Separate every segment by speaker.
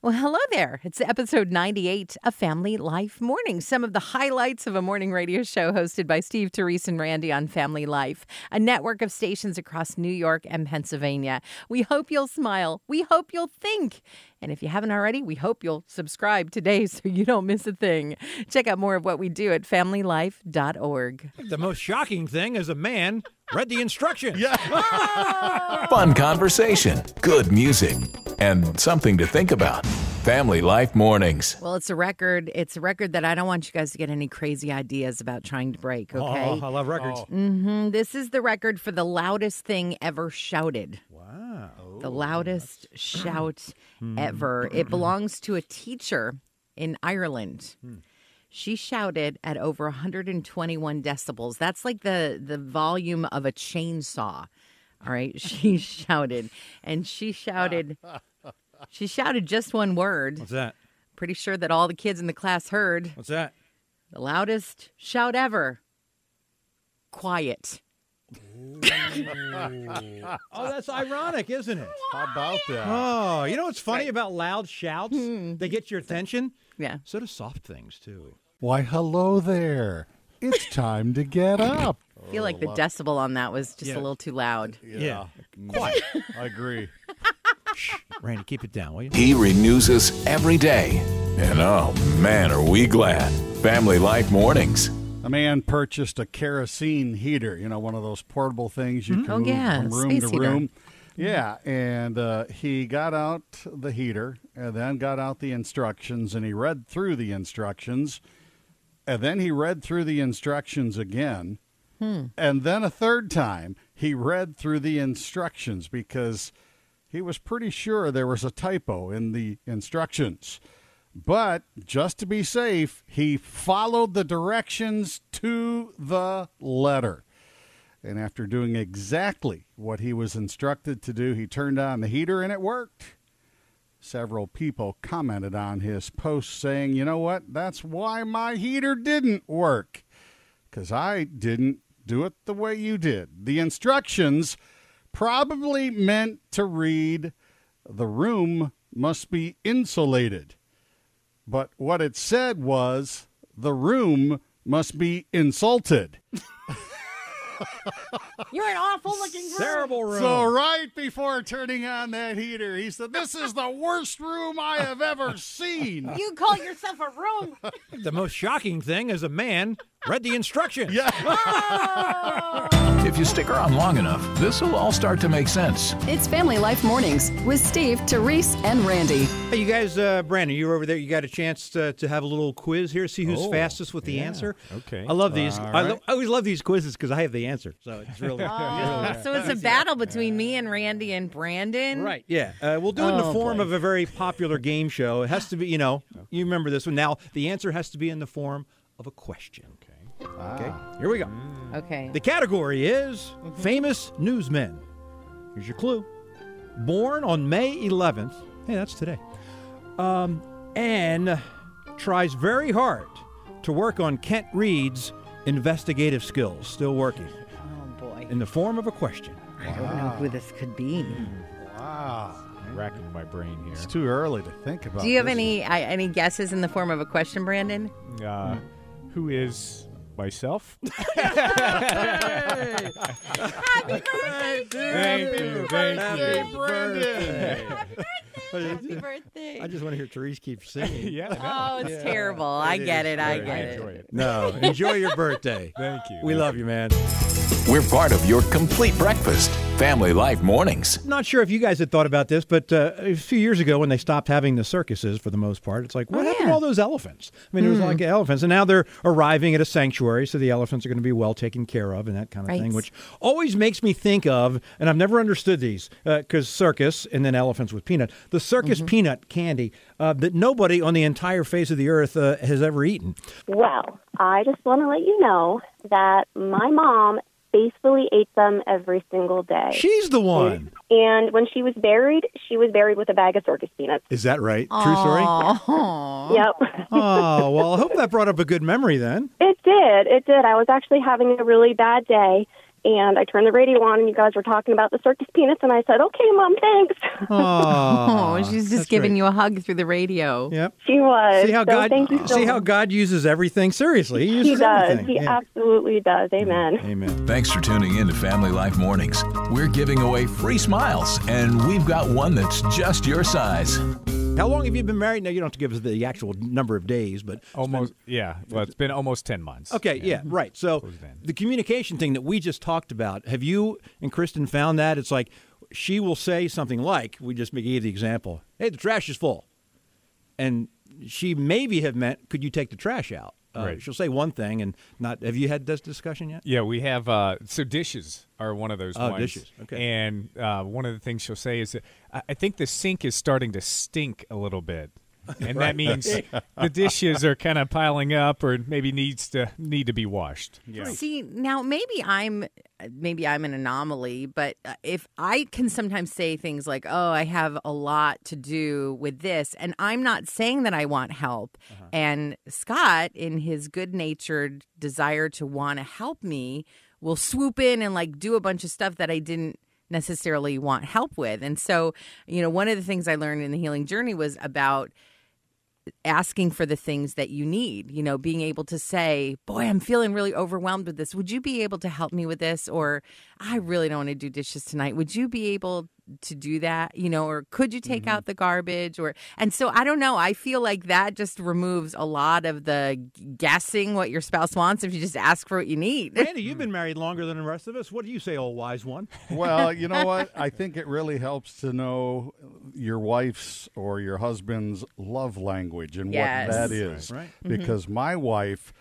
Speaker 1: Well, hello there. It's episode 98 of Family Life Morning. Some of the highlights of a morning radio show hosted by Steve, Therese, and Randy on Family Life, a network of stations across New York and Pennsylvania. We hope you'll smile. We hope you'll think. And if you haven't already, we hope you'll subscribe today so you don't miss a thing. Check out more of what we do at familylife.org.
Speaker 2: The most shocking thing is a man read the instructions. Yeah.
Speaker 3: Fun conversation, good music, and something to think about. Family Life Mornings.
Speaker 1: Well, it's a record. It's a record that I don't want you guys to get any crazy ideas about trying to break,
Speaker 2: Oh,
Speaker 1: okay?
Speaker 2: I love records.
Speaker 1: Mm-hmm. This is the record for the loudest thing ever shouted.
Speaker 2: Wow.
Speaker 1: The loudest shout ever. It belongs to a teacher in Ireland. She shouted at over 121 decibels. That's like the the volume of a chainsaw. All right, she shouted and she shouted she shouted just one word.
Speaker 2: What's that?
Speaker 1: Pretty sure that all the kids in the class heard.
Speaker 2: What's that?
Speaker 1: The loudest shout ever. Quiet.
Speaker 2: Oh, that's ironic, isn't it?
Speaker 4: How about that?
Speaker 2: Oh, you know what's funny about loud shouts? They get your attention.
Speaker 1: Yeah.
Speaker 2: So do soft things too.
Speaker 4: Why, hello there. It's time to get up.
Speaker 1: I feel like the decibel on that was just
Speaker 2: Oh, Yeah.
Speaker 1: a little too loud.
Speaker 2: Yeah.
Speaker 4: Quiet. I agree.
Speaker 2: Randy, keep it down, will you?
Speaker 3: He renews us every day. And oh man, are we glad. Family Life Mornings.
Speaker 4: A man purchased a kerosene heater, you know, one of those portable things you can
Speaker 1: Oh,
Speaker 4: move
Speaker 1: yeah,
Speaker 4: from room
Speaker 1: space
Speaker 4: to
Speaker 1: heater. Mm-hmm.
Speaker 4: room. Yeah, and uh, he got out the heater and then got out the instructions and he read through the instructions and then he read through the instructions again.
Speaker 1: Hmm.
Speaker 4: And then a third time, he read through the instructions because he was pretty sure there was a typo in the instructions. But just to be safe, he followed the directions to the letter. And after doing exactly what he was instructed to do, he turned on the heater and it worked. Several people commented on his post saying, you know what? That's why my heater didn't work. Because I didn't do it the way you did. The instructions probably meant to read, the room must be insulated. But what it said was, the room must be insulted.
Speaker 1: You're an awful looking
Speaker 2: Terrible room.
Speaker 4: So right before turning on that heater, he said, "This is the worst room I have ever seen."
Speaker 1: You call yourself a room.
Speaker 2: the most shocking thing is a man read the instructions. Yeah.
Speaker 3: If you stick around long enough, this will all start to make sense.
Speaker 5: It's Family Life Mornings with Steve, Therese, and Randy.
Speaker 2: Hey, you guys, uh, Brandon, you were over there. You got a chance to, to have a little quiz here, see who's
Speaker 6: Oh,
Speaker 2: fastest with the answer.
Speaker 6: Okay.
Speaker 2: I love these.
Speaker 4: All
Speaker 2: I, lo-
Speaker 4: right.
Speaker 2: I always love these quizzes because I have the answer. So it's really.
Speaker 1: so it's a battle between me and Randy and Brandon.
Speaker 2: Right, yeah. Uh, we'll do it in the form of a very popular game show. It has to be, you know, you remember this one. Now, the answer has to be in the form of a question. Okay.
Speaker 4: Ah.
Speaker 2: Okay. Here we go.
Speaker 1: Okay.
Speaker 2: The category is famous newsmen. Here's your clue. Born on May 11th. Hey, that's today. Um, and tries very hard to work on Kent Reed's investigative skills. Still working.
Speaker 1: oh boy.
Speaker 2: In the form of a question.
Speaker 1: I don't know who this could be.
Speaker 4: Wow,
Speaker 6: racking my brain
Speaker 4: it's
Speaker 6: here.
Speaker 4: too early to think about.
Speaker 1: Do you have
Speaker 4: this.
Speaker 1: any I, any guesses in the form of a question, Brandon?
Speaker 6: Uh, who is myself? Thank you, thank you.
Speaker 1: Happy birthday.
Speaker 2: I just want to hear Therese keep singing.
Speaker 6: Yeah, no,
Speaker 1: oh, it's terrible. I get it. I get
Speaker 6: I
Speaker 1: it.
Speaker 6: enjoy it.
Speaker 2: No, enjoy your birthday.
Speaker 6: Thank you.
Speaker 2: We love you, man.
Speaker 3: We're part of your complete breakfast. Family Life Mornings.
Speaker 2: Not sure if you guys had thought about this, but uh, a few years ago when they stopped having the circuses for the most part, it's like, what happened to
Speaker 1: Oh, yeah. Hmm.
Speaker 2: all those elephants? I mean, it was like elephants, and now they're arriving at a sanctuary, so the elephants are going to be well taken care of and that kind of
Speaker 1: Right.
Speaker 2: thing, which always makes me think of, and I've never understood these, because circus and then elephants with peanut, the
Speaker 1: Mm-hmm.
Speaker 2: circus peanut candy uh, that nobody on the entire face of the earth uh, has ever eaten.
Speaker 7: Well, I just want to let you know that my mom faithfully ate them every single day.
Speaker 2: She's the one.
Speaker 7: and when she was buried, she was buried with a bag of circus peanuts.
Speaker 2: Is that right? True story?
Speaker 7: Yep.
Speaker 2: Oh, well, I hope that brought up a good memory then.
Speaker 7: It did. It did. I was actually having a really bad day, And I turned the radio on, and you guys were talking about the circus peanuts, and I said, "Okay, mom, thanks."
Speaker 1: Oh,
Speaker 2: Oh,
Speaker 1: she's just giving you a hug through the radio.
Speaker 2: Yep.
Speaker 7: she was.
Speaker 2: See how
Speaker 7: so
Speaker 2: God
Speaker 7: Thank you so
Speaker 2: see how
Speaker 7: much.
Speaker 2: God uses everything. Seriously, he uses
Speaker 7: He does.
Speaker 2: everything.
Speaker 7: He
Speaker 2: Yeah.
Speaker 7: absolutely does. Amen.
Speaker 2: Amen.
Speaker 3: Thanks for tuning in to Family Life Mornings. We're giving away free smiles, and we've got one that's just your size.
Speaker 2: How long have you been married? Now you don't have to give us the actual number of days, but it's been-
Speaker 6: Almost, yeah. Well, it's been almost ten months.
Speaker 2: Okay, yeah, right. So
Speaker 6: Close band.
Speaker 2: the communication thing that we just talked about, have you and Kristen found that? It's like she will say something like, we just gave the example, hey, the trash is full. And she maybe have meant, could you take the trash out? Uh,
Speaker 6: Right.
Speaker 2: She'll say one thing and not, have you had this discussion yet?
Speaker 6: Yeah, we have. Uh, so dishes are one of those
Speaker 2: Oh,
Speaker 6: ones.
Speaker 2: dishes. Okay.
Speaker 6: And uh, one of the things she'll say is, that, I I think the sink is starting to stink a little bit, and that means the dishes are kind of piling up, or maybe needs to need to be washed. Yeah.
Speaker 1: See, now maybe I'm maybe I'm an anomaly, but uh, if I can sometimes say things like, "Oh, I have a lot to do with this," and I'm not saying that I want help, and Scott in his good-natured desire to want to help me will swoop in and like do a bunch of stuff that I didn't necessarily want help with. And so, you know, one of the things I learned in the healing journey was about asking for the things that you need you know being able to say boy i'm feeling really overwhelmed with this would you be able to help me with this or i really don't want to do dishes tonight would you be able to do that you know or could you take out the garbage or and so i don't know i feel like that just removes a lot of the guessing what your spouse wants if you just ask for what you need
Speaker 2: Randy, you've been married longer than the rest of us. What do you say, old wise one?
Speaker 4: Well, you know what? I think it really helps to know your wife's or your husband's love language and
Speaker 1: Yes. Mm-hmm.
Speaker 4: what that is.
Speaker 2: Right.
Speaker 4: Because my wife,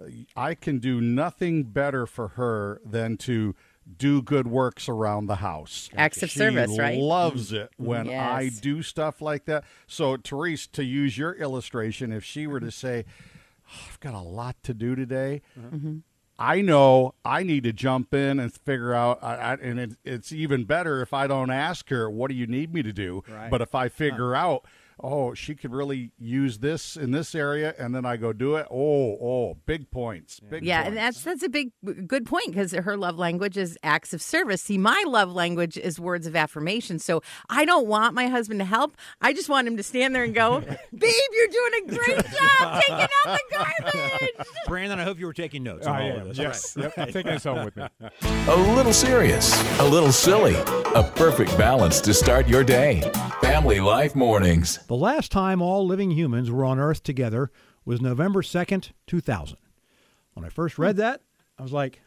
Speaker 4: uh, I can do nothing better for her than to do good works around the house.
Speaker 1: Acts of
Speaker 4: She
Speaker 1: service, right? Mm-hmm.
Speaker 4: Loves it when
Speaker 1: Yes.
Speaker 4: I do stuff like that. So, Therese, to use your illustration, if she were to say, "Oh, "I've got a lot to do today," I know I need to jump in and figure out, I, I, and it, it's even better if I don't ask her, "What do you need me to do?"
Speaker 2: Right.
Speaker 4: But if I figure out, oh, she could really use this in this area, and then I go do it. Oh, oh, big points, big
Speaker 1: Yeah,
Speaker 4: points.
Speaker 1: and that's that's a big good point because her love language is acts of service. See, my love language is words of affirmation. So I don't want my husband to help. I just want him to stand there and go, "Babe, you're doing a great job taking out the garbage."
Speaker 2: Brandon, I hope you were taking notes. on
Speaker 6: I
Speaker 2: all
Speaker 6: am.
Speaker 2: of this.
Speaker 6: Oh, Yes. Yep, I'm taking this home with me.
Speaker 3: A little serious, a little silly, a perfect balance to start your day. Family Life Mornings.
Speaker 2: The last time all living humans were on Earth together was November 2nd, 2000. When I first read that, I was like,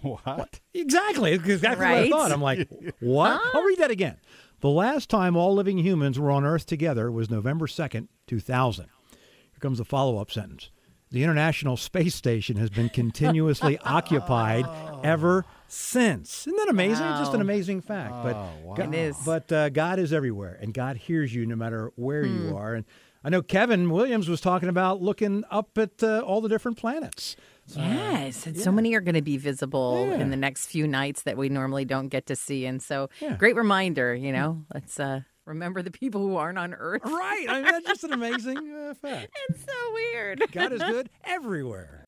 Speaker 4: what?
Speaker 2: exactly. It's Exactly
Speaker 1: Right?
Speaker 2: what I thought. I'm like, what? I'll read that again. The last time all living humans were on Earth together was November 2nd, 2000. Here comes the follow up sentence The International Space Station has been continuously occupied ever since. Isn't that amazing? Just an
Speaker 1: Wow. Oh,
Speaker 2: amazing fact. But God,
Speaker 1: It is.
Speaker 2: But uh, God is everywhere, and God hears you no matter where
Speaker 1: Hmm.
Speaker 2: you are. And I know Kevin Williams was talking about looking up at uh, all the different planets.
Speaker 1: Yes, and so many are going to be visible in the next few nights that we normally don't get to see. And so,
Speaker 2: Yeah.
Speaker 1: great reminder, you know. Let's uh, remember the people who aren't on Earth.
Speaker 2: Right. I mean, that's just an amazing uh, fact.
Speaker 1: It's so weird.
Speaker 2: God is good everywhere.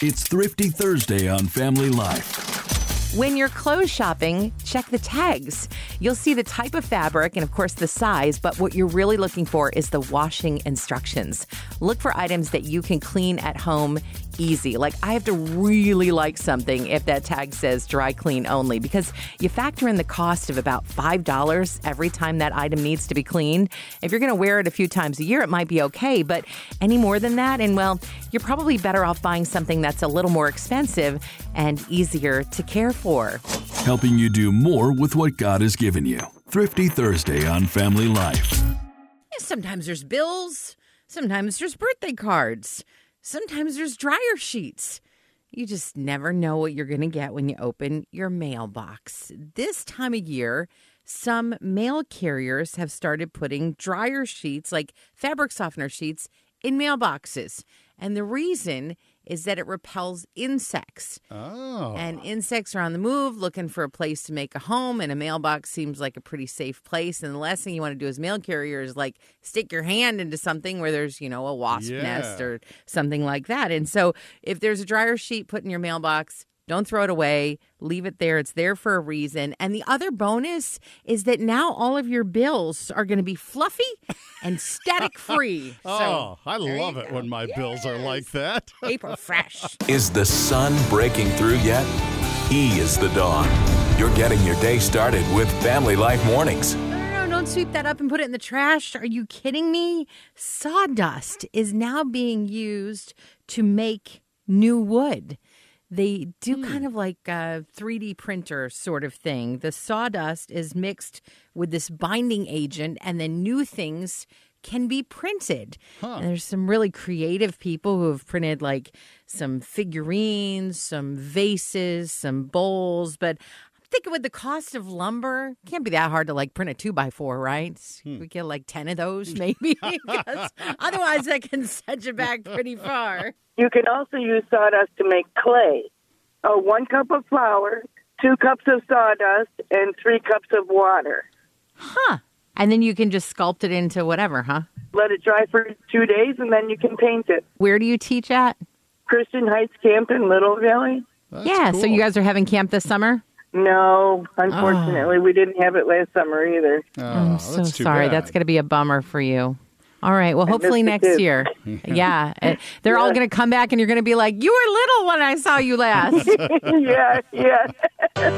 Speaker 3: It's Thrifty Thursday on Family Life.
Speaker 1: When you're clothes shopping, check the tags. You'll see the type of fabric and, of course, the size, but what you're really looking for is the washing instructions. Look for items that you can clean at home easy. Like, I have to really like something if that tag says dry clean only, because you factor in the cost of about $5 every time that item needs to be cleaned. If you're going to wear it a few times a year, it might be okay, but any more than that, and well, you're probably better off buying something that's a little more expensive and easier to care for.
Speaker 3: Helping you do more with what God has given you. Thrifty Thursday on Family Life.
Speaker 1: Sometimes there's bills, sometimes there's birthday cards, sometimes there's dryer sheets. You just never know what you're going to get when you open your mailbox. This time of year, some mail carriers have started putting dryer sheets, like fabric softener sheets, in mailboxes. And the reason is that it repels insects.
Speaker 4: Oh,
Speaker 1: And insects are on the move looking for a place to make a home, and a mailbox seems like a pretty safe place. And the last thing you want to do as mail carrier is like stick your hand into something where there's, you know, a wasp
Speaker 4: Yeah.
Speaker 1: nest or something like that. And so if there's a dryer sheet put in your mailbox, Don't throw it away. Leave it there. It's there for a reason. And the other bonus is that now all of your bills are going to be fluffy and static free.
Speaker 4: Oh, I
Speaker 1: there you
Speaker 4: love it
Speaker 1: go.
Speaker 4: when my bills are like that.
Speaker 1: So, paper fresh.
Speaker 3: Is the sun breaking through yet? He is the dawn. You're getting your day started with Family Life Mornings.
Speaker 1: No, no, no, don't sweep that up and put it in the trash. Are you kidding me? Sawdust is now being used to make new wood. They do kind of like a 3D printer sort of thing. The sawdust is mixed with this binding agent, and then new things can be printed. And there's some really creative people who have printed like some figurines, some vases, some bowls, but I'm thinking with the cost of lumber, can't be that hard to like print a two by four, right?
Speaker 4: Hmm.
Speaker 1: We get like ten of those, maybe. 'Cause otherwise, that can set you back pretty far.
Speaker 8: You can also use sawdust to make clay. Uh, one cup of flour, two cups of sawdust, and three cups of water.
Speaker 1: And then you can just sculpt it into whatever, huh?
Speaker 8: Let it dry for two days, and then you can paint it.
Speaker 1: Where do you teach at?
Speaker 8: Christian Heights Camp in Little Valley?
Speaker 1: yeah, so
Speaker 4: cool.
Speaker 1: you guys are having camp this summer.
Speaker 8: No, unfortunately, we didn't have it last summer either.
Speaker 4: Oh,
Speaker 1: I'm
Speaker 4: that's
Speaker 1: so
Speaker 4: too
Speaker 1: sorry.
Speaker 4: bad.
Speaker 1: That's going to be a bummer for you. All right. Well, hopefully
Speaker 8: missed the
Speaker 1: next
Speaker 8: kids.
Speaker 1: year. Yeah. eh, They're all going to come back and you're going to be like, you were little when I saw you last.
Speaker 8: yeah, yeah.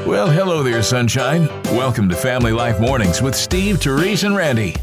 Speaker 3: Well, hello there, sunshine. Welcome to Family Life Mornings with Steve, Therese, and Randy.